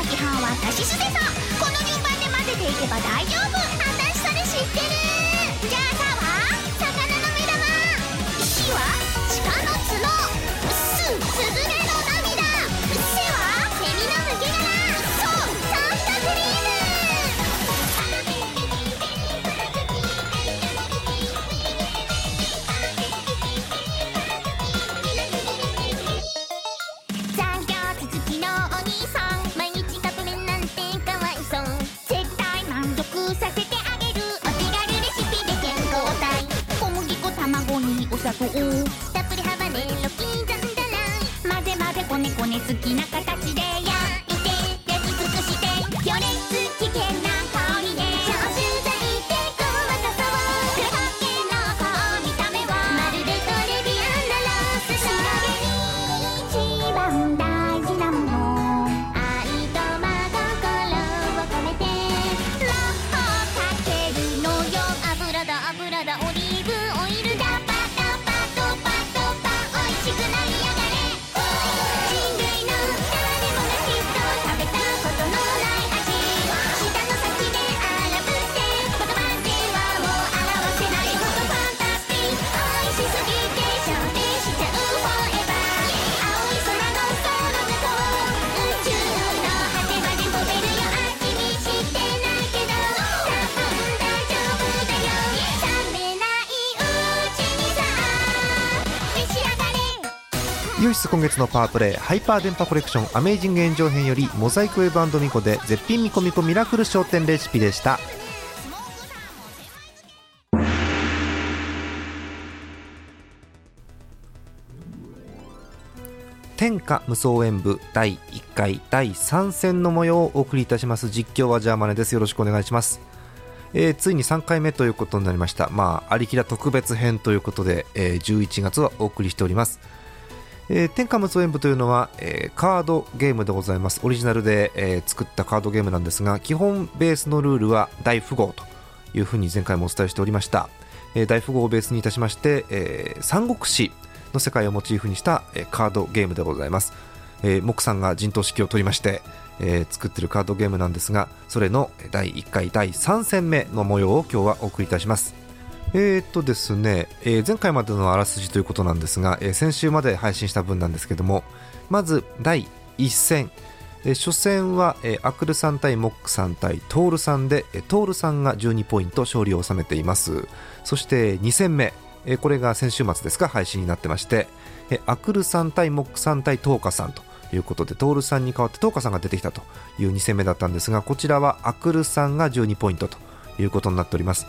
さしすせそこの順番で混ぜていけば大丈夫あたしそれ知ってるじゃあさは魚の目玉しは鹿の角すスズメの涙せはセミの抜け殻そうサンタクリーム残業続きのお兄さん毎日革命なんてかわいそう絶対満足させてあげるお手軽レシピで健康体小麦粉卵にお砂糖たっぷりハバネロ刻んだら混ぜ混ぜこねこね好きな形で焼いて焼き尽くして余熱危険な香りで消臭剤でごまかそう黒はけの顔見た目はまるでトレビアンなロース仕上げに一番大事なもの愛と真心を込めて魔法かけるのよ油だ油だオリーブオイルだパタパトパトパ美味しくなりやがれ人類の誰もがきっと食べたことのない味舌の先で荒ぶって言葉ではもう表せないほどファンタスティック美味しすぎて消費しちゃうフォーエバー青い空のその向こう宇宙の果てまで飛べるよあきにしてないけど多分大丈夫だよ冷めないうちにさ召し上がれイオシス今月のパワープレイハイパー電波コレクションアメイジング炎上編よりモザイクウェブミコで絶品ミコミコミラクル商店レシピでした天下無双演舞第1回第3戦の模様をお送りいたします実況はジャーマネですよろしくお願いしますえーついに3回目ということになりましたまあありきら特別編ということで、えー11月はお送りしておりますえー天下無双演舞というのは、えーカードゲームでございますオリジナルで、えー作ったカードゲームなんですが基本ベースのルールは大富豪というふうに前回もお伝えしておりました、えー大富豪をベースにいたしまして、えー三国志の世界をモチーフにした、えーカードゲームでございます、えー、木さんが陣頭指揮を取りまして、えー作ってるカードゲームなんですがそれのえー第1回第3戦目の模様を今日はお送りいたしますえーっとですね、えー前回までのあらすじということなんですが、えー先週まで配信した分なんですけども、まず第1戦、えー初戦は、えーアクルさん対モックさん対トールさんで、えートールさんが12ポイント勝利を収めています。そして2戦目、えーこれが先週末ですか、配信になってまして、えーアクルさん対モックさん対トーカさんと。いうことでトールさんに代わってトーカさんが出てきたという2戦目だったんですがこちらはアクルさんが12ポイントということになっております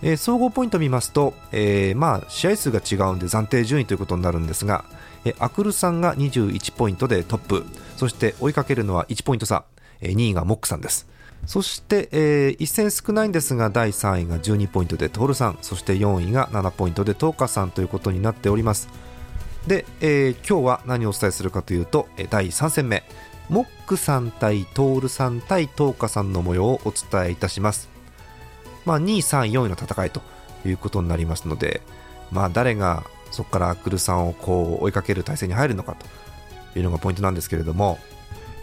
えー総合ポイント見ますと、えーまあ、試合数が違うんで暫定順位ということになるんですが、えーアクルさんが21ポイントでトップそして追いかけるのは1ポイント差、え2位がモックさんですそして、え1戦少ないんですが第3位が12ポイントでトールさんそして4位が7ポイントでトーカさんということになっておりますで、えー今日は何をお伝えするかというとえー第3戦目モックさん対トールさん対トーカさんの模様をお伝えいたしますまあ、2位、3位、4位の戦いということになりますので、まあ、誰がそこからアクルさんをこう追いかける体制に入るのかというのがポイントなんですけれども、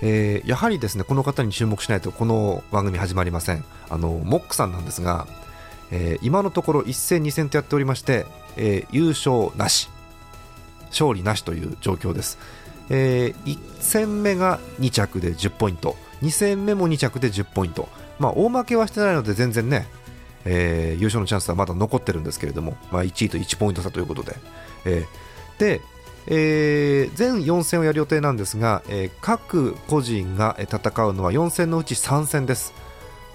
えーやはりですねこの方に注目しないとこの番組始まりませんあのモックさんなんですが、えー今のところ1戦2戦とやっておりまして、えー優勝なし勝利なしという状況です、え1戦目が2着で10ポイント2戦目も2着で10ポイントまあ大負けはしてないので全然ねえー優勝のチャンスはまだ残ってるんですけれども、まあ、1位と1ポイント差ということで、えーで、えー全4戦をやる予定なんですが、えー各個人がえー戦うのは4戦のうち3戦です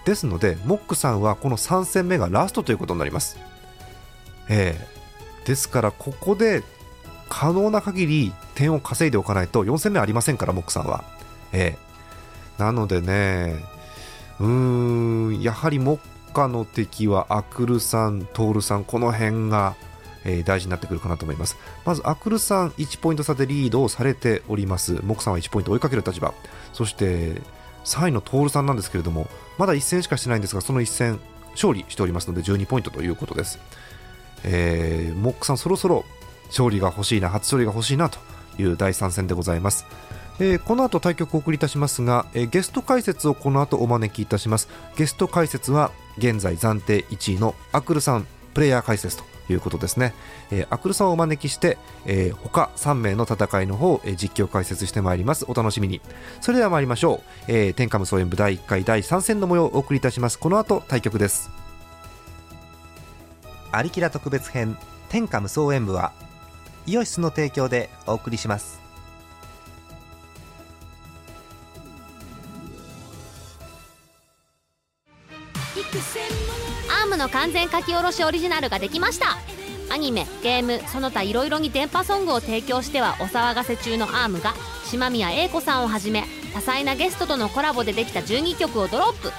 ですのでモックさんはこの3戦目がラストということになります、えーですからここで可能な限り点を稼いでおかないと4戦目ありませんからモックさんは、えーなのでねうーんやはり目下の敵はアクルさん、トールさん、この辺が、えー大事になってくるかなと思います。まずアクルさん、1ポイント差でリードをされております。モクさんは1ポイント追いかける立場。そして3位のトールさんなんですけれども、まだ1戦しかしてないんですが、その1戦、勝利しておりますので、12ポイントということです。えーモックさん、そろそろ勝利が欲しいな、初勝利が欲しいなという第3戦でございます。えーこの後対局をお送りいたしますが、えーゲスト解説をこの後お招きいたしますゲスト解説は現在暫定1位のアクルさんプレイヤー解説ということですね、えーアクルさんをお招きして、えー他3名の戦いの方を、えー実況解説してまいりますお楽しみにそれでは参りましょう、えー天下無双演武第1回第3戦の模様をお送りいたしますこの後対局ですアリキラ特別編天下無双演武はイオシスの提供でお送りしますアームの完全書き下ろしオリジナルができましたアニメゲームその他いろいろに電波ソングを提供してはお騒がせ中のアームが島宮英子さんをはじめ多彩なゲストとのコラボでできた12曲をドロップ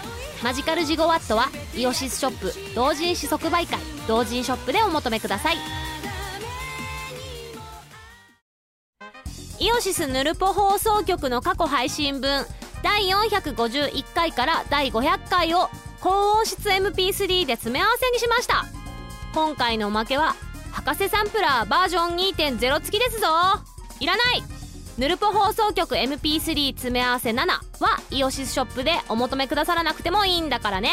マジカルジゴワットはイオシスショップ同人誌即売会同人ショップでお求めくださいイオシスヌルポ放送局の過去配信分第451回から第500回を高音質 MP3 で詰め合わせにしました今回のおまけは博士サンプラーバージョン2.0付きですぞいらないヌルポ放送局 MP3 詰め合わせ7はイオシスショップでお求めくださらなくてもいいんだからね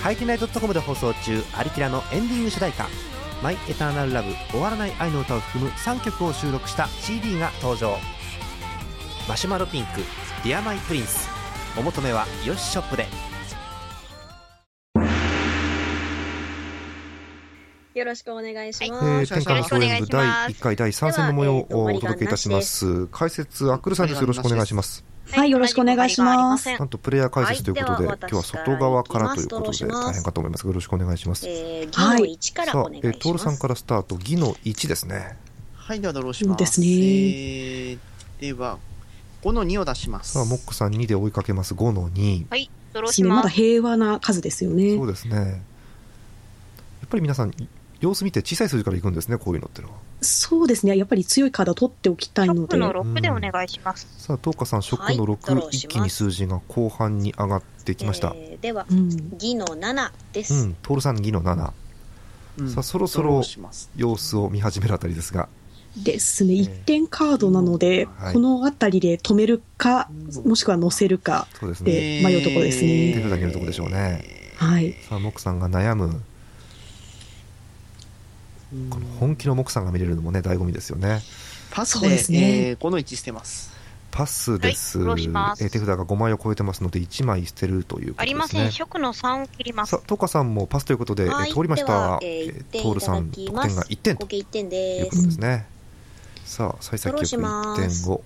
ハイキナイドットコムで放送中「アリキラ」のエンディング主題歌「マイ・エターナル・ラブ終わらない愛の歌」を含む3曲を収録した CD が登場マシュマロピンク「ディア・マイ・プリンス」お求めはよしショップでよろしくお願いします。えー、よ天ろし下くお無願いしま双演舞第す1回第3戦の模様をお届けいたします解説アックルさんですよろしくお願いしますはい、よろしくお願いします。なんとプレイヤー解説ということで,、はいで今は日は外側からということで私から行きます大変かと思いますがよろしくお願いします、えー、はい議の1からさおあ願いしえまーす。トールさんからスタートギの1ですねはい、ではドローします。ですねえーでは、5の2を出します。さあモックさん2で追いかけます5の2はい、ドローでしすねままだす。平和な数ですよねそ。うですね。やっぱり皆さん、様子見て小さい数字からいくんですね、こういうのってのは。そうですね。やっぱり強いカードを取っておきたいショのッでプ。の6でお願いします。さあ、東花さん、食の6、はいドローし一ます気に数字が後半に上がってきました。えーでは、うん。議の7でうす。ん、徹さん、ギの7。うんさあ、そろそドロろーします。様子を見始めるあたりですが、ですね。一点カードなので、はいこのあたりで止めるか、もしくは乗せるか。そうですでね。迷うとこですね手札にいるとこでしょうね。はい。さあ、モクさんが悩む。うんこの本気のモクさんが見れるのもね、醍醐味ですよね。パスそうでですねえー5の1捨てます。パスです。はいドローしますえー手札が5枚を超えてますので、1枚捨てるということですね。ありません。食の3を切りますさ。あ、トカさんもパスということで、えーはい通りました。ではえーえー一点トールさん、い得点ただきますが1点合と計1点いうでことす。ですね。さあ、幸先よくフォロ1ーします点を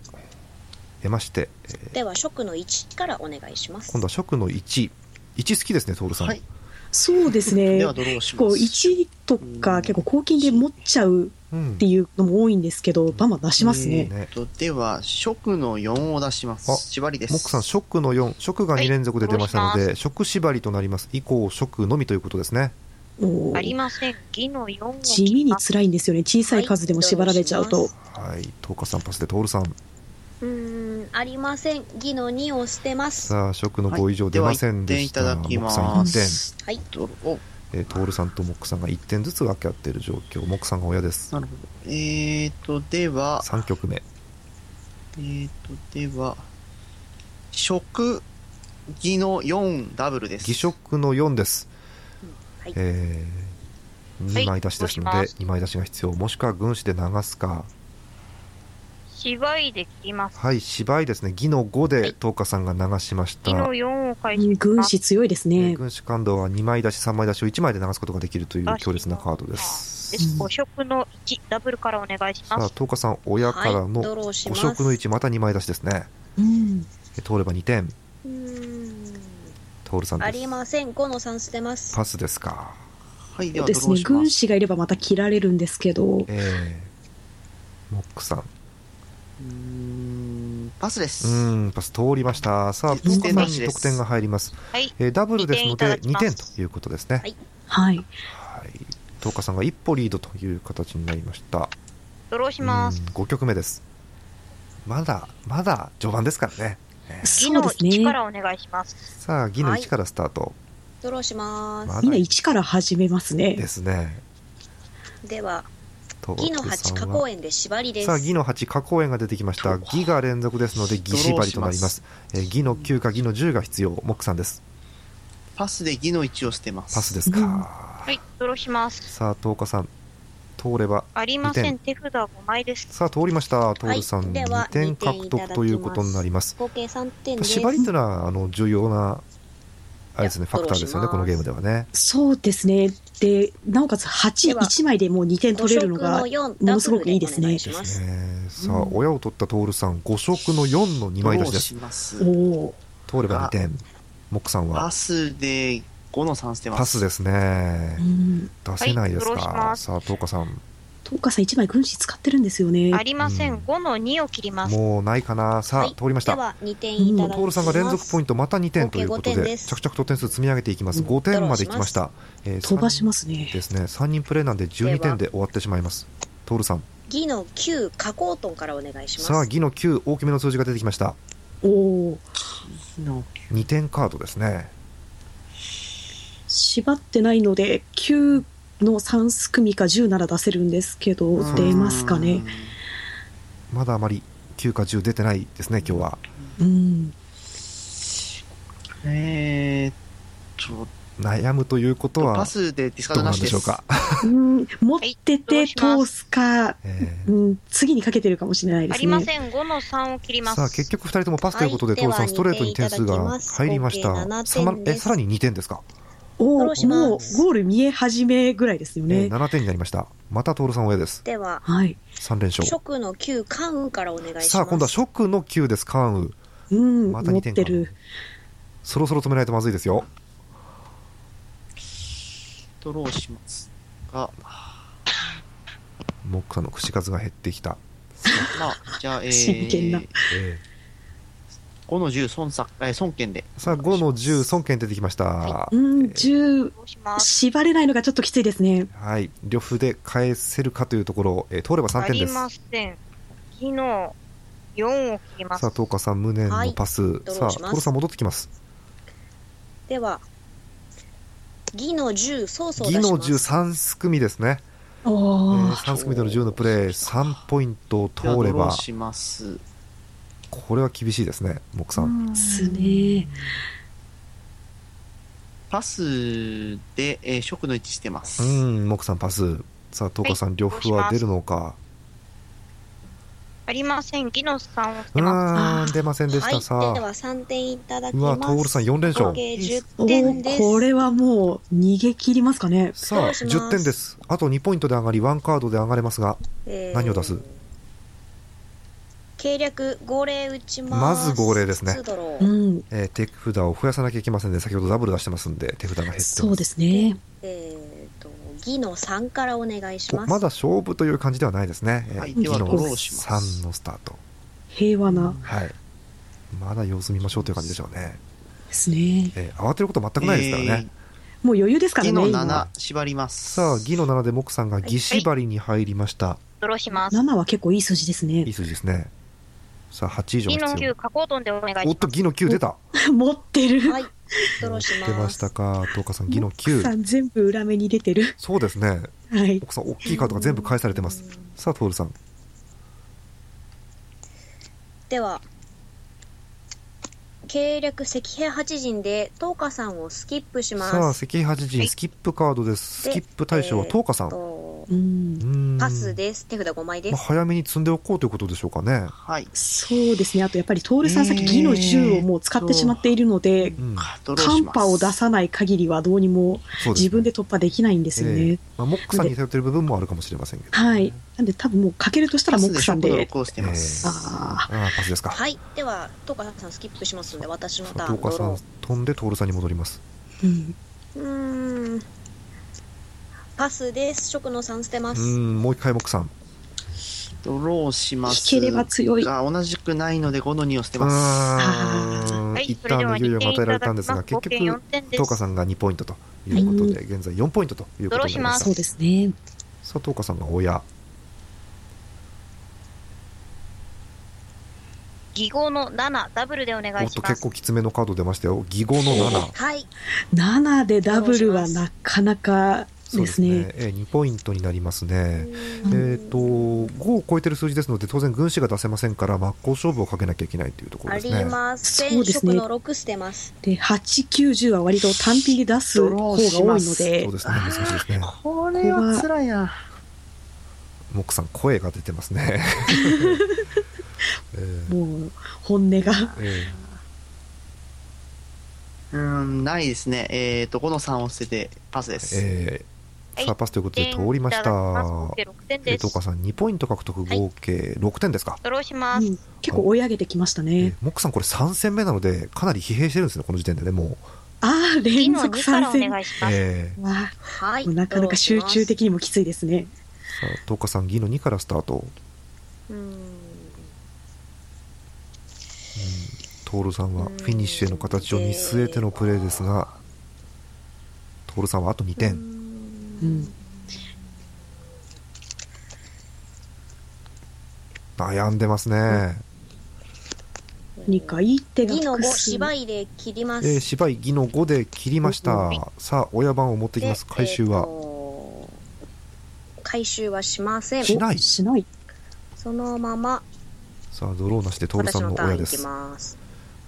得まして、えーでは、職の1からお願いします。今度は食の1。1好きですね、トールさん。はい。そうですねで。はドローしこまうす。 1とか結構公金で持っちゃううんっていうのも多いんですけど、バンバン出しますね。えーとでは、食の4を出しまあす。縛りです。モックさん、食の4。食が2連続で出ましたのはいで、食縛りとなります。以降、食のみということですね。もうありません。義の4を地切味りにます。辛いんですよね。小さい数でも縛られちゃうはいと。はい。トーカさん、パスでトールさん。うーん、ありません。議の2を捨てます。さあ、食の5以上出ませんでした。はい、では1点いただきモッまクさん1す。はい。ドロー。点。えートールさんとモックさんが1点ずつ分け合っている状況。モックさんが親です。なるほど。えっと、では、 3局目。えー、と、では、食、技の4ダブルです。偽食の4です、はいえーはい2枚出しですので、押します2枚出しが必要もしくは軍師で流すか芝居で切ります。はい芝居ですね義の5で東花さんが流しました、義の4を返しうん軍ます。師強いですえーね。軍師感動は2枚出し3枚出しを1枚で流すことができるというあ強烈なカードですです。5色の1、ダブルからお願いしさあます。東花さん親かはいら、のドローし5ます。色の1また2枚出しですねうん。え通れば2点うーん徹さんあでりすません。5の3捨てます。パスですかはい、ではドでロすーね。します。軍師がいればまた切られるんですけど。えー、モックさんうーんパスです。うーん、パス通りました。さあ、得東点花なさんしにです得点が入ります。はいえーダブルですので、2点2点いただきますということですねは。いはい。はい。東花さんが一歩リードという形になりました。ドローします。 5局目です。まだ、まだ序盤ですからね。義そうのですね。 1みんかならお願いします。さあ、義のはい1からスタート。ドローします。まだ1から始めますねで。すね。では、と義の八加工園で縛りです。さあ、義の8、加工円が出てきました。義が連続ですので、義縛りとなります。えー、義の9か義の10が必要。モックさんです。パスで義の1を捨てます。パスですか。はい、ドローします。さあ、東日さん、通れば。ありませ二ん。手札5枚です。さあ、通りました。トールさん、はいでは2点獲見ていた得だきますということになります。合計3点です。縛りというのは、あの、重要な、あれですね、ファクターですよね、このゲームではね。そうですね。で、なおかつで8、は1枚でもう2点取れるのが五、色の四ものすごくいいですねダブルお願しますえーさあ、うん親を取ったトールさん、5色の4の2枚出しです。どうますおお通れば2点。モックさんパは、スで5の3捨てます。パスですー。ねう。ん。出せないですはいドローしか。ますさあ、東日さん。東花さん1枚軍師使ってるんですよね。ありませうんん。5の2を切ります。もうないかな。さあ、はい通りましでた。は2点いただきます。トールさんが連続ポイントまた2点と合計いうこと5点で、です着々と点数積み上げていきます。うん5点までいきました。えー飛ばします三ね。ですね。3人プレイなんで12点で終わってしまいます。トールさん。義の9加工トンからお願いします。さあ、義の9、大きめの数字が出てきました。おおー。の2点カードですね。縛ってないので、9の3組か10なら出せるんですけど、出ますかね。。まだあまり9か10出てないですね、今日は。うん。うーんえーっと、悩むということはパ、スでディスカーどドうななんしででしす。ょうか。うん持ってどてうしま通すか、えーうん、次にかけてるかもしれないであすりまね。せん。5の3を切ります。さあ、結局2人ともパスということで、はいトールさん、ではストレートに点数見ていただきがます入りまし合計た。 7さま点え、ですさらに2点ですか。お殺ーしますもうゴール見え始めぐらいですよえね。ー7点になりました。またトールさん親です。では、はい。 3連勝。食の9関運からお願いします。さあ、今度はショックの9です、カーンウ。うん、また持2っ点てかる。そろそろ止めないとまずいですよ。ドローし ますが、モックさんの口数が減ってきた。まあ、じゃあ、えー、真剣な5の10孫作、えー、孫権で。さあ、5の10、孫権出てきました。はうい。ん、10、どうします。縛れないのがちょっときついですね。両歩で返せるかというところ、えー通れば3あ点りです。ません。昨日4を切りますさあ、。東花さん、無念のパス。ドローさあ、しますトロさん戻ってきます。では、義の10曹操出し技ます。の10、3組ですね。えおー、ー3組での10のプレイ、3ポイントをじゃあ通れドローば、します。これは厳しいですね、モックさん。ですね。パスで、えー、食の1捨てます。うん、モックさんパス。さあ、東花さん、両歩は出るのか。ありません。ギノスさんをつうけまーす。ん、出ませんでしはい、た。さあで。は3点いただきうわ、ます。トールさん4連合勝。計10お点でーす。これはもう逃げ切りますかね。さあ、どうします10点です。あと2ポイントで上がり、1カードで上がれますが、えー何を出す計略号令打ちまます。ず号令ですねツードロうーん、えー手札を増やさなきゃいけませんで、先ほどダブル出してますんで、手札が減ってます。そうですね。えーと、義の3からお願いしおます。まだ勝負という感じではないですね。えーはいでは昨日ドローします3のスタート。平和なはい。まだ様子見ましょうという感じでしょうね。ですね。えー慌てること全くないですからね。もう余裕ですえかー。らね。義の今7、縛ります。さあ、ギの7で木さんが義縛りに入りました。ドローします。 7は結構いい数字ですいいね。数字ですね。さあ、8以上ギがノ必要9。加工トンでお願いします。おっと、ギの9出た。持ってる。はい、ドローします。出ましたか。東花さん、ギの奥さ9。ん全部裏目に出てる。そうですね。はい。奥さん、大きいカードが全部返されてます。さあ、トールさん。では、計略赤兵八陣で、東花さんをスキップします。さあ、関八は陣、いスキップカードです。スでキップ対象はえー東花さん。うとうん。ーんパスです。手札5枚でまあ、す。早めに積んでおこうということでしょうかね。はい。そうですね。あとやっぱり徹さん、さっきえー義の銃をもう使ってしまっているので、うん、ドローカしンます。パを出さない限りはどうにそうもですね自分で突破できないんですよえねえ。まあ、モックさんに頼ってる部分もあるかもしれませんけど。はい。なんで多分もうかけるとしたらパモスッでクさ食んので。 6を捨てます。あああ、パスですか。はい。では、東花さんスキップしますので、私のさタあーン、東花ドさんロ、飛んで徹さんに戻ります。ーうー。ん。うーん。パスです。食の3捨てまうーす。ん、もう一回モックさん。うドローします。引ければ強い。が同じくないので5の2を捨てーます。ん、はい、一それで旦はの猶予が2点い与えられたんただきでますが、す。合結計4局、点で東す花。さんが2ポイントということで、現在4ポイントということになりました。そうですね。さあ、東花さんが親。義号の7、ダブルでお願おいっしと、ま結す構。きつめのカード出ましたよ。義語の7。はい。 7でダブルはなかなかそうですね。え2ポイントになりますね。えっと5を超えてる数字ですので当然軍師が出せませんから真っ向勝負をかけなきゃいけないというところあですりね。ませそん。うですね食の6捨てます。で8、9、10は割と単品で出す方が多いのでそうですね難しいですね。これは辛いな。モックさん声が出てます ね。えーもう本音がえうーん、ないですね。えっ、と、この3を捨ててパスです。ーえーさあパスということで通りました。 6え点ー、です。東川さん2ポイント獲得はい合計6点ですか。ドローしうます。ん結構追い上げてきましたえねー。モックさんこれ3戦目なのでかなり疲弊してるんですねこの時点でねもう。ああ、次連の続2か参らお戦。願いします。えーわはい。あなかなか集中的にもきついですね。さあ東川さんギの2からスタート。ドローします。トールさんはフィニッシュへの形を見据えてのプレーですが、トールさんはあと2うー点、んうん、悩んでますね。何かいい手が2の複5、数芝居で切ります。えー、芝居ギの5で切りました。さあ、親番を持ってきます。で回収えーは。と回収はしません。しないおしない。そのままさあ、ドローなしでトール私さんののター親ンいできす。ます。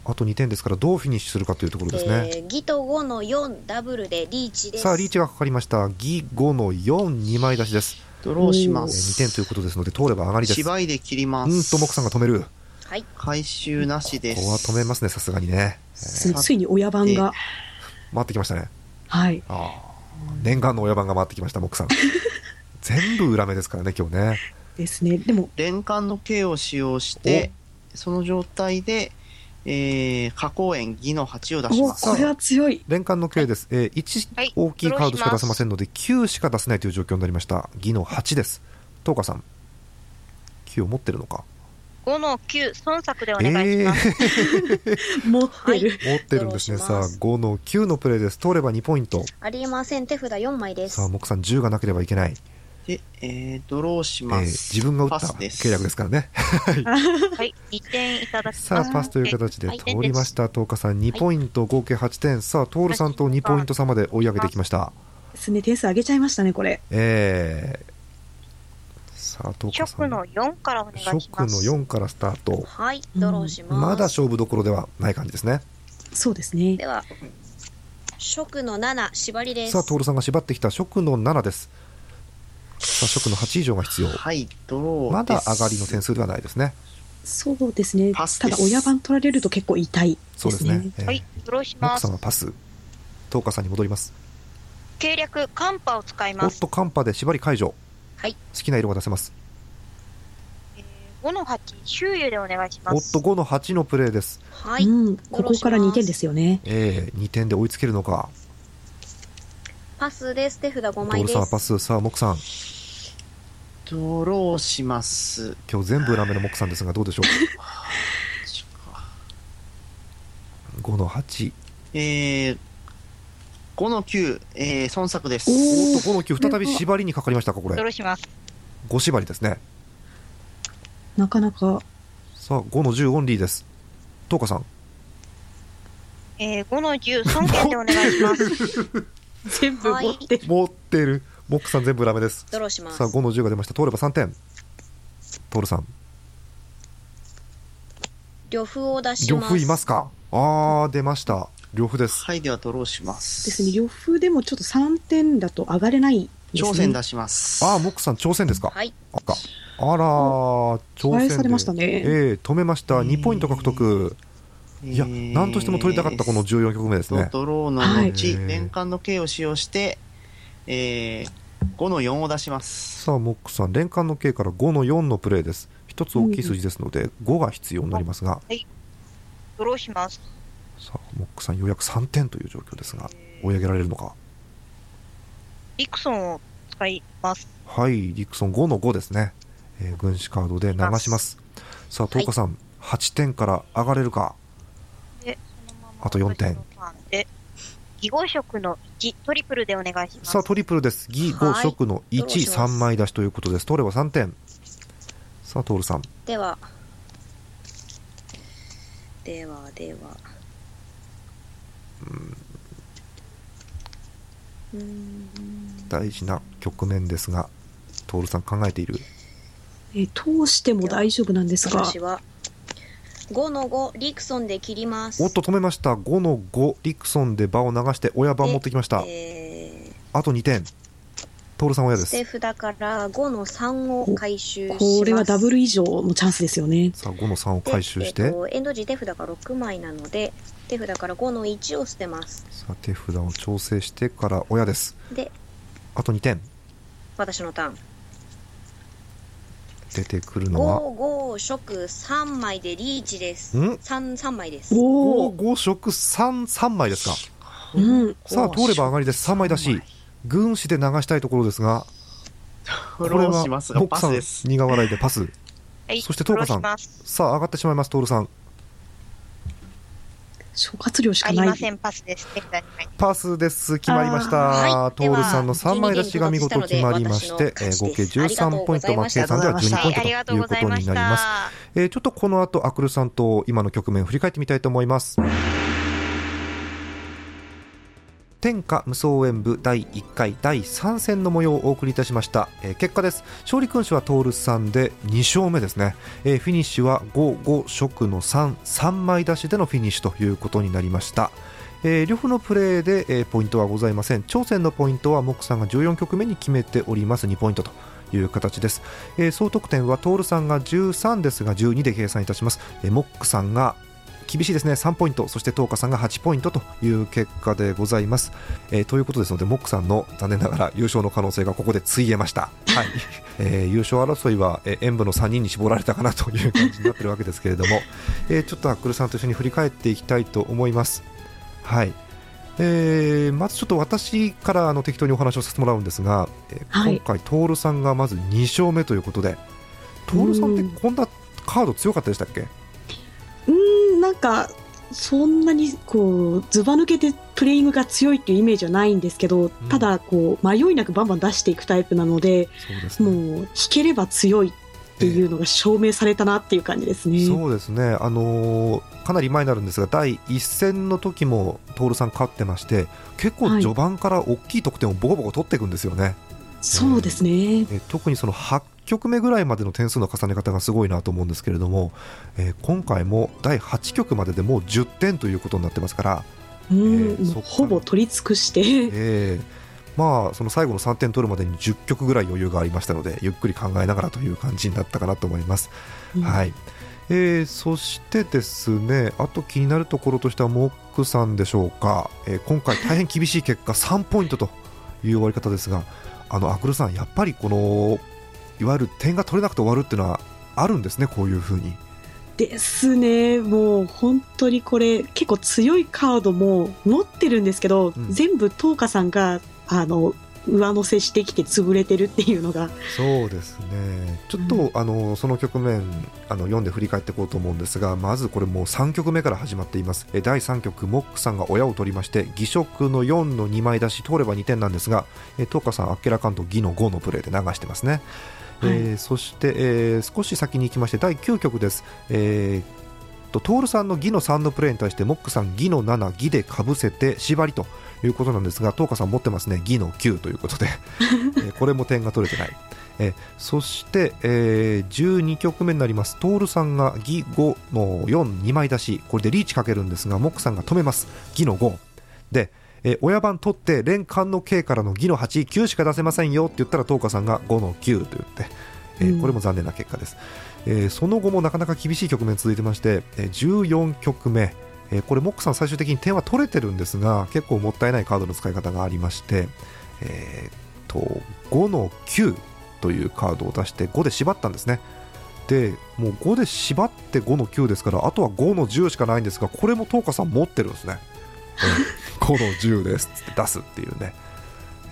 あと2点ですから、どうフィニッシュするかというところですね。えーギと5の4ダブルでリーチです。さあ、リーチがかかりました。ギ5の4、2枚出しです。ドローしえま2す。点ということですので、通れば上がりです。うん芝居で切ります。と、モクさんが止める。こはい。回収なしです。こは止めますね、さすがにね。ついついに親番が。回ってきましたね。はい。ああ念願の親番が回ってきました、木 さん。全部裏目ですからね、今日ね。ですね。でも、連環の刑を使用して、その状態で、えー、加工園義の8を出しおます。これは強い。連関の刑です。えー、1、はい大きいカードしか出せませんので、9しか出せないという状況になりました。技の8です。東花さん。9を持ってるのか。 5の9、孫作でおえ願いします。ー持ってる。 持ってるんですね。ドロさーあ、します5の9のプレイです。通れば2ポイント。ありません。手札4枚ですさあ、。木さん10がなければいけない。で、えー、ドローしえまーす。自分が打っパたスです契約ですからね。はい、2点いただきます。さあ、パスという形で通りました。東花さん2ポイント、合計8点。さあ、トールさんと2ポイント差まで追い上げてきました。ですね。点数上げちゃいましたね、これ。えー、さあ、東花さ食ん。の4からお願いします。食の4からスタート。はい。ドローします。まだ勝負どころではない感じですね。そうですね。では、食の7、縛りです。さあ、徹さんが縛ってきた食の7です。さあ、食の8以上が必要。はい、ドローです。まだ上がりの点数ではないですね。そうですね。パスたですだ、親番取られると結構痛いですそね。うですね。えーはい、ドローしマッまクさすん。はパス。東花さんに戻ります。計略、カンパを使いおまっす。と、カンパで縛り解除。はい好きな色が出せます。 5の8、周遊でお願いしおまっすと、。5の8のプレーです。はい。うん。ここから2点ですよね。えー、2点で追いつけるのか。パスです。手札5徹枚でさんはすパ。ス。さあ、モクさん。ドローします。今日全部裏目のモクさんですが、どうでしょう ?5 の8。えー、5の9、えー、孫作です。おっと、5の9、再び縛りにかかりましたか、こドれ。ローします。 5縛りですね。なかなか。さあ、5の10オンリーです。東花さん。えー、5の10、孫権でお願い します。全部持ってる。持ってる。モックさん全部ラメです。ドローしますさあ、。5の10が出ました。通れば3点。トールさん。呂布を出し両ます。夫いますかあー、出ました。両夫です。はい、ではドローします。ですね。両風でもちょっと3点だと上がれないですね。挑戦出します。あー、モックさん、挑戦ですかはい。あかあらー、挑返戦で。されましたねええ止めました。2ポイント獲得。いや、なんとしても取りたかった、この14局目ですね。ドローのは後、い年間の刑を使用して、えー、5の4を出します。さあ、モックさん、連関の計から5の4のプレイです。一つ大きい数字ですので、5が必要になりますが、ドローします。さあ、モックさん、ようやく3点という状況ですが、追い上げられるのか。リクソンを使います。はい、リクソン5の5ですね。えー軍師カードで流します。さあ、東花さん、8点から上がれるか。で、そのままあと4点私のターンで、義語色の1、トリプルでお願いします。さあ、トリプルです。ギ、5、はい食の1、どうし3ます枚出しということです。取れば3点。さあ、トールさん。では、では、では、大事な局面ですが徹さん考えているえ通しても大丈夫なんですが私は5の5リクソンで切りますおっと止めました5の5リクソンで場を流して親番持ってきましたえあと2点徹さん親ー、で捨てす札から5の3を回収しますこれはダブル以上のチャンスですよね。さあ5の3をで回収しえてっとエンド時手札が6枚なので手札から5の1を捨てますさあ手札を調整してから親ですであと2点私のターン出てくるのは55色3枚でリーチですん33枚ですおお、 5色33枚ですかうん、さあ通れば上がりです3枚だし軍師で流したいところですがフこォれロはーしますボがックパさスんです苦笑いでパスはい、そしてトウカさんフォローしますさあ上がってしまいます徹さん諸葛亮しあかりない。ません、パスです。手札に入ってパスです決まりましあーはたい徹さんの3枚出しが見事決まりまして12えー合計ポイント13ポイントまあ計算では12ポはインい、ありがトととういごうこざとにないまりした。ますえーちょっとこの後アクルさんと今の局面を振り返ってみたいと思います天下無双演武第1回第3戦の模様をお送りいたしました、えー結果です勝利君主はトールさんで2勝目ですね、えーフィニッシュは55色の33枚出しでのフィニッシュということになりましたえー両方のプレーで、えーポイントはございません挑戦のポイントはモックさんが14局目に決めております2ポイントという形ですえー総得点はトールさんが13ですが12で計算いたします、えーモックさんが厳しいですね3ポイントそしてトーカさんが8ポイントという結果でございます、えーということですのでモックさんの残念ながら優勝の可能性がここでついえました、はい えー優勝争いは、えー演武の3人に絞られたかなという感じになってるわけですけれども、えーちょっとアックルさんと一緒に振り返っていきたいと思いますはいえーまずちょっと私からあの適当にお話をさせてもらうんですが、えーはい今回、徹さんがまず2勝目ということで、徹さんってこんなカード強かったでしたっけうん、なんか、そんなにこう、ずば抜けてプレイングが強いっていうイメージはないんですけど、ただ、こう、迷いなくバンバン出していくタイプなので、そうですもねう、引ければ強いっていうのが証明されたなっていう感じですね。そうですね、あのーかなり前になるんですが、第1戦の時も徹さん勝ってまして、結構序盤から大きい得点をボコボコ取っていくんですよね、そうですね。えー特にその8局目ぐらいまでの点数の重ね方がすごいなと思うんですけれども、えー今回も第8局まででもう10点ということになってますから、うえん、えそっかもうほぼ取り尽くして、えーまあ、その最後の3点取るまでに10局ぐらい余裕がありましたのでゆっくり考えながらという感じになったかなと思います。うんはいえーそしてですねあと気になるところとしてはモックさんでしょうか、えー今回大変厳しい 結果3ポイントという終わり方ですがあのアクルさん、やっぱりこのいわゆる点が取れなくて終わるっていうのはあるんですね、こういうふうに。ですね、もう本当にこれ、結構強いカードも持ってるんですけど、うん全部、トーカさんがあの上乗せしてきて潰れてるっていうのが、そうですねちょっと、うあのその局面あの読んで振り返っていこうと思うんですがまずこれもう3局目から始まっていますえ第3局モックさんが親を取りまして義色の4の2枚出し通れば2点なんですがえトーカさんあっけらかんと義の5のプレーで流してますね、はいえーそして、えー少し先に行きまして第9局です、えーとトールさんの義の3のプレーに対してモックさん義の7義でかぶせて縛りということなんですがトーカさん持ってますね義の9ということ で、えーこれも点が取れてないそして、えー12局目になります、トールさんがギ5の4、2枚出し、これでリーチかけるんですが、モックさんが止めます、ギの5。で、えー親番取って、連冠の K からのギの8、9しか出せませんよって言ったら、トーカさんが5の9と言って、えーうんこれも残念な結果です、えーその後もなかなか厳しい局面続いてまして、えー14局目、えーこれ、モックさん、最終的に点は取れてるんですが、結構もったいないカードの使い方がありまして、えーと5の9。というカードを出して5で縛ったんですねでもう5で縛って5の9ですからあとは5の10しかないんですがこれも東花さん持ってるんですね、 えー5の10ですっつって出すっていうね、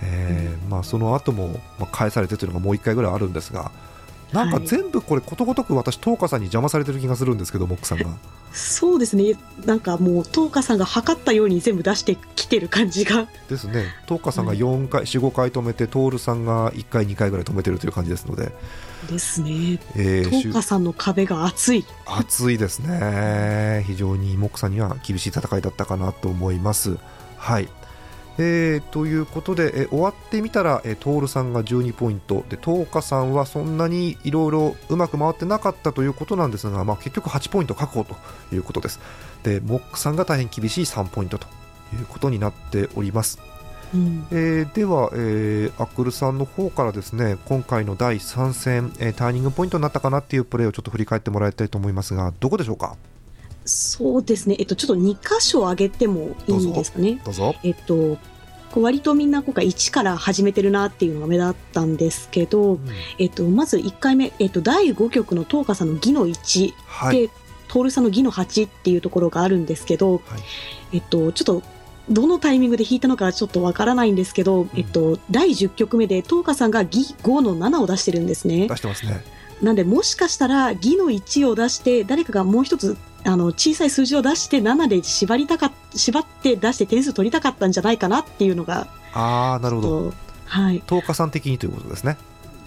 えーまあ、その後もまあ返されてというのがもう1回ぐらいあるんですがなんかはい全部これことごとく私東花さんに邪魔されてる気がするんですけどモックさんがそうですね、なんかもう、トーカさんが測ったように全部出してきてる感じが、ですね東花さんが4回45回止めて徹さんが1回2回ぐらい止めてるという感じですので、ですね、えトーーカさんの壁が厚い。暑いですね、非常にモックさんには厳しい戦いだったかなと思います。はいえーということで、えー終わってみたら、えー、トールさんが12ポイントでトーカさんはそんなにいろいろうまく回ってなかったということなんですが、まあ、結局8ポイント確保ということですでモックさんが大変厳しい3ポイントということになっております、うんえーでは、えーアックルさんの方からですね今回の第3戦、えーターニングポイントになったかなっていうプレーをちょっと振り返ってもらいたいと思いますがどこでしょうかそうですね、えっと、ちょっと2箇所挙げてもいいですかね。どうぞえっと、こう割とみんな今回1から始めてるなっていうのが目立ったんですけど、えっと、まず1回目、えっと、第5局の東花さんの「義の1」はいで徹さんの「義の8」っていうところがあるんですけど、はいえっと、ちょっとどのタイミングで弾いたのかちょっとわからないんですけど、えっと、第10局目で東花さんが「義5」の7を出してるんですね。出してますねなんでもしかしたら「義」の1を出して誰かがもう一つあの小さい数字を出して7で縛りたか縛って出して点数取りたかったんじゃないかなっていうのがああなるほどとはい、トーカさん的にということですね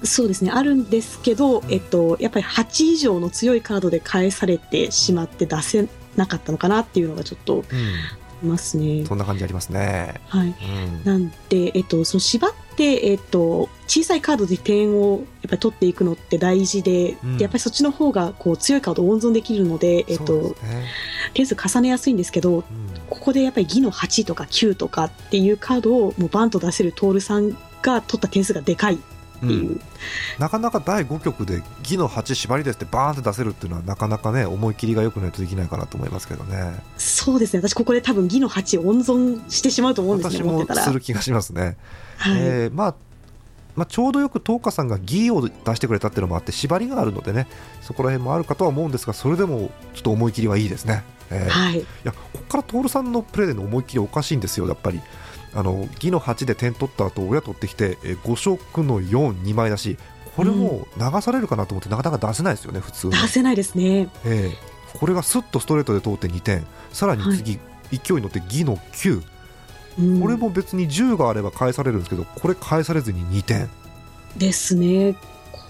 そうですねあるんですけど、んえっと、やっぱり8以上の強いカードで返されてしまって出せなかったのかなっていうのがちょっとういますねん、。そんな感じありますね。はい、うん、なんで、えっと、その縛って、えっと、小さいカードで点をやっぱり取っていくのって大事で、うんでやっぱりそっちの方がこう強いカードを温存できるので、えっそうとで、すね点数重ねやすいんですけど、ここでやっぱり「義の8」とか「9」とかっていうカードをもうバンと出せる徹さんが取った点数がでかいってうんいう、うんなかなか第5局で「義の8縛りです」ってバーンって出せるっていうのはなかなかね思い切りが良くないとできないかなと思いますけどねそうですね私ここで多分「義の8」温存してしまうと思うんです私ね思っもてたら。する気がしますね、はいえーまあまあ、ちょうどよく東花さんが義を出してくれたっていうのもあって縛りがあるのでねそこら辺もあるかとは思うんですがそれでもちょっと思い切りはいいですね、えーはい、いやここから徹さんのプレーでの思い切りおかしいんですよ、やっぱり。あの義の8で点取った後親取ってきて、えー5色の4、2枚だし、これもう流されるかなと思って、なかなか出せないですよね、普通は出せないですね。ええこれがスッとストレートで通って2点、さらに次、勢いに乗って義の9、うんこれも別に10があれば返されるんですけど、これ返されずに2点、ですね。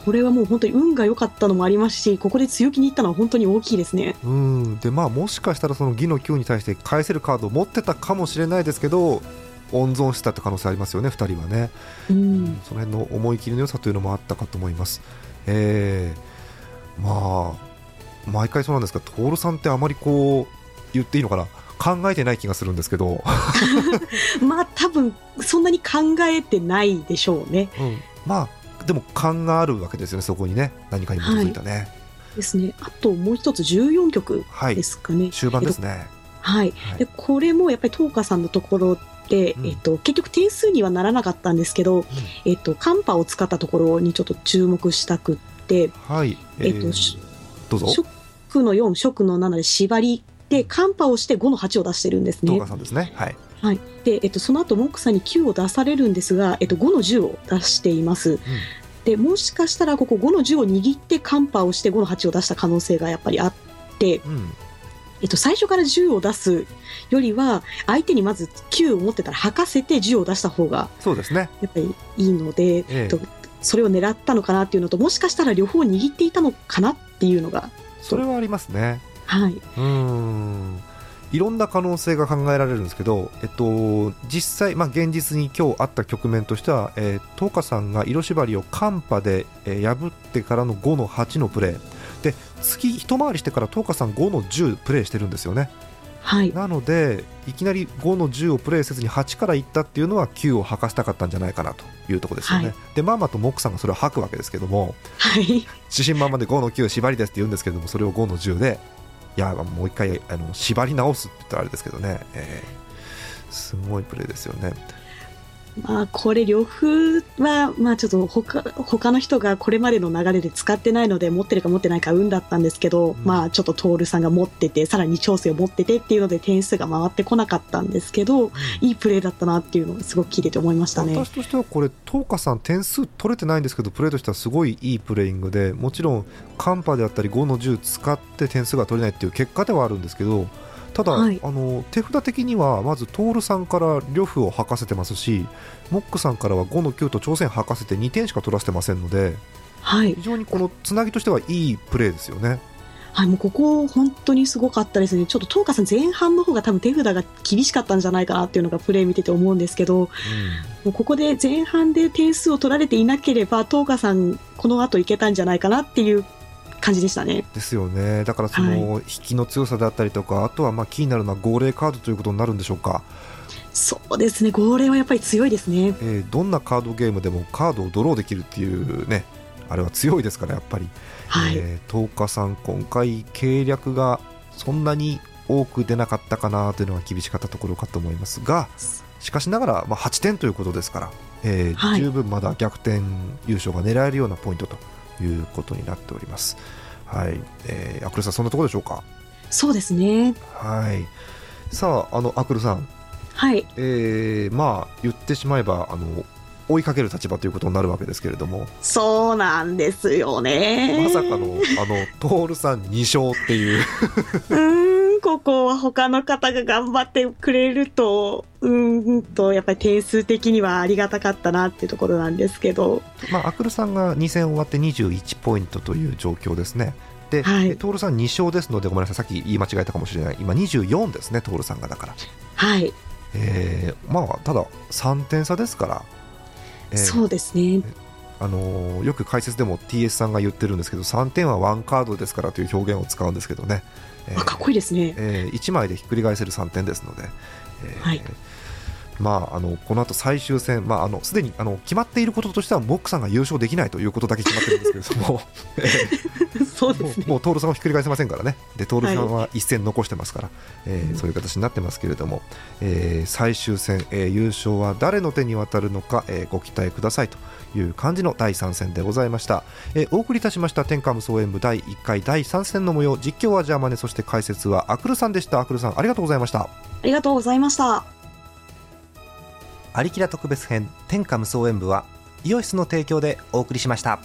これはもう本当に運が良かったのもありますし、ここで強気にいったのは本当に大きいですね。うんでまあ、もしかしたらその義の9に対して返せるカードを持ってたかもしれないですけど、温存してたって可能性ありますよね、2人はね。うん、その辺の思い切りの良さというのもあったかと思います。えーまあ、毎回そうなんですが、徹さんってあまりこう、言っていいのかな、考えてない気がするんですけど、まあ多分そんなに考えてないでしょうね。まあ、でも勘があるわけですよね、そこにね、何かに基づいたね。ですね。あともう一つ14曲はい、ですかね。終盤ですね。はい。はいでこれもやっぱり東花さんのところで、うんえっと結局点数にはならなかったんですけど、えっとカンパを使ったところにちょっと注目したくって、はい、えっとしどうぞ、ショックの4、ショックの7で縛りでカンパをして5の8を出してるんですね東。川さんですね。はい、で、えっと、その後モックさんに9を出されるんですが、えっと、5の10を出しています、でもしかしたらここ5の10を握ってカンパをして5の8を出した可能性がやっぱりあって、うん、えっと、最初から10を出すよりは相手にまず9を持ってたら吐かせて10を出した方がそうですね。やっぱりいいので、ええとそれを狙ったのかなっていうのともしかしたら両方握っていたのかなっていうのが、それはありますね。はい、うーんいろんな可能性が考えられるんですけど、えっと、実際、まあ、現実に今日あった局面としては、えー、トーカさんが色縛りをカンパで、えー破ってからの5の8のプレーで月一回りしてからトーカさん5の10プレーしてるんですよねはい、なのでいきなり5の10をプレーせずに8からいったっていうのは9を吐かせたかったんじゃないかなというところですよね、はいでまあまあとモックさんがそれを吐くわけですけどもはい、自信満々で5の9縛りですって言うんですけれどもそれを5の10でいやもう一回あの縛り直すって言ったらあれですけどね、えーすごいプレーですよねまあ、これ、両方は、まあ、ちょっと他他の人がこれまでの流れで使ってないので、持ってるか持ってないか運だったんですけど、んまあ、ちょっと徹さんが持ってて、さらに調整を持っててっていうので、点数が回ってこなかったんですけど、いいプレーだったなっていうのをすごく聞いてて思いましたね。私としてはこれ東花さん点数取れてないんですけどプレーとしてはすごいいいプレイングでもちろんカンパであったり5の10使って点数が取れないっていう結果ではあるんですけどただ、はいあの手札的にはまず徹さんから呂布を吐かせてますしモックさんからは5の9と挑戦吐かせて2点しか取らせてませんのではい非、常にこのつなぎとしてはいいプレーですよね。はい、もうここ本当にすごかったですね。ちょっと東花さん前半の方が多分手札が厳しかったんじゃないかなっていうのがプレイ見てて思うんですけど、もうここで前半で点数を取られていなければ東花さんこの後いけたんじゃないかなっていう感じでしたね。ですよねだからその引きの強さであったりとか、あとはまあ気になるのは号令カードということになるんでしょうか、そうですね。号令はやっぱり強いですね。えーどんなカードゲームでもカードをドローできるっていうねあれは強いですからやっぱり、はい。えー、10日さん今回計略がそんなに多く出なかったかなというのが厳しかったところかと思いますがしかしながら、まあ、8点ということですから、えーはい十分まだ逆転優勝が狙えるようなポイントということになっております。はい、えー、アクルさんそんなところでしょうか。そうですね。はい。さあ、あのアクルさん、はい。えー、まあ言ってしまえばあの追いかける立場ということになるわけですけれども、そうなんですよね。まさかのあのトールさん2勝っていう。うーん、ここは他の方が頑張ってくれると、うーんと、やっぱり点数的にはありがたかったなっていうところなんですけど、まあ、アクルさんが2戦終わって21ポイントという状況ですね。で、はいえトールさん2勝ですので、ごめんなさい、さっき言い間違えたかもしれない、今24ですね、トールさんがだから。はい、えーまあ、ただ3点差ですから、えーそうですね。あのーよく解説でも TS さんが言ってるんですけど、3点はワンカードですからという表現を使うんですけどね。えーあ、かっこいいですね。え1枚でひっくり返せる3点ですので、えーはいまあ、あのこの後最終戦、まあ、あのすでにあの決まっていることとしてはモックさんが優勝できないということだけ決まってるんですけれどもえー そうでもすねう。もう徹さんをひっくり返せませんからねで徹さんは一戦残してますから、えーそういう形になってますけれども、えー最終戦、えー優勝は誰の手に渡るのか、えーご期待くださいという感じの第3戦でございました。えーお送りいたしました天下無双演舞第1回第3戦の模様実況はジャーマネそして解説はアクルさんでしたアクルさんありがとうございましたありがとうございました。ありきら特別編天下無双演舞はイオシスの提供でお送りしました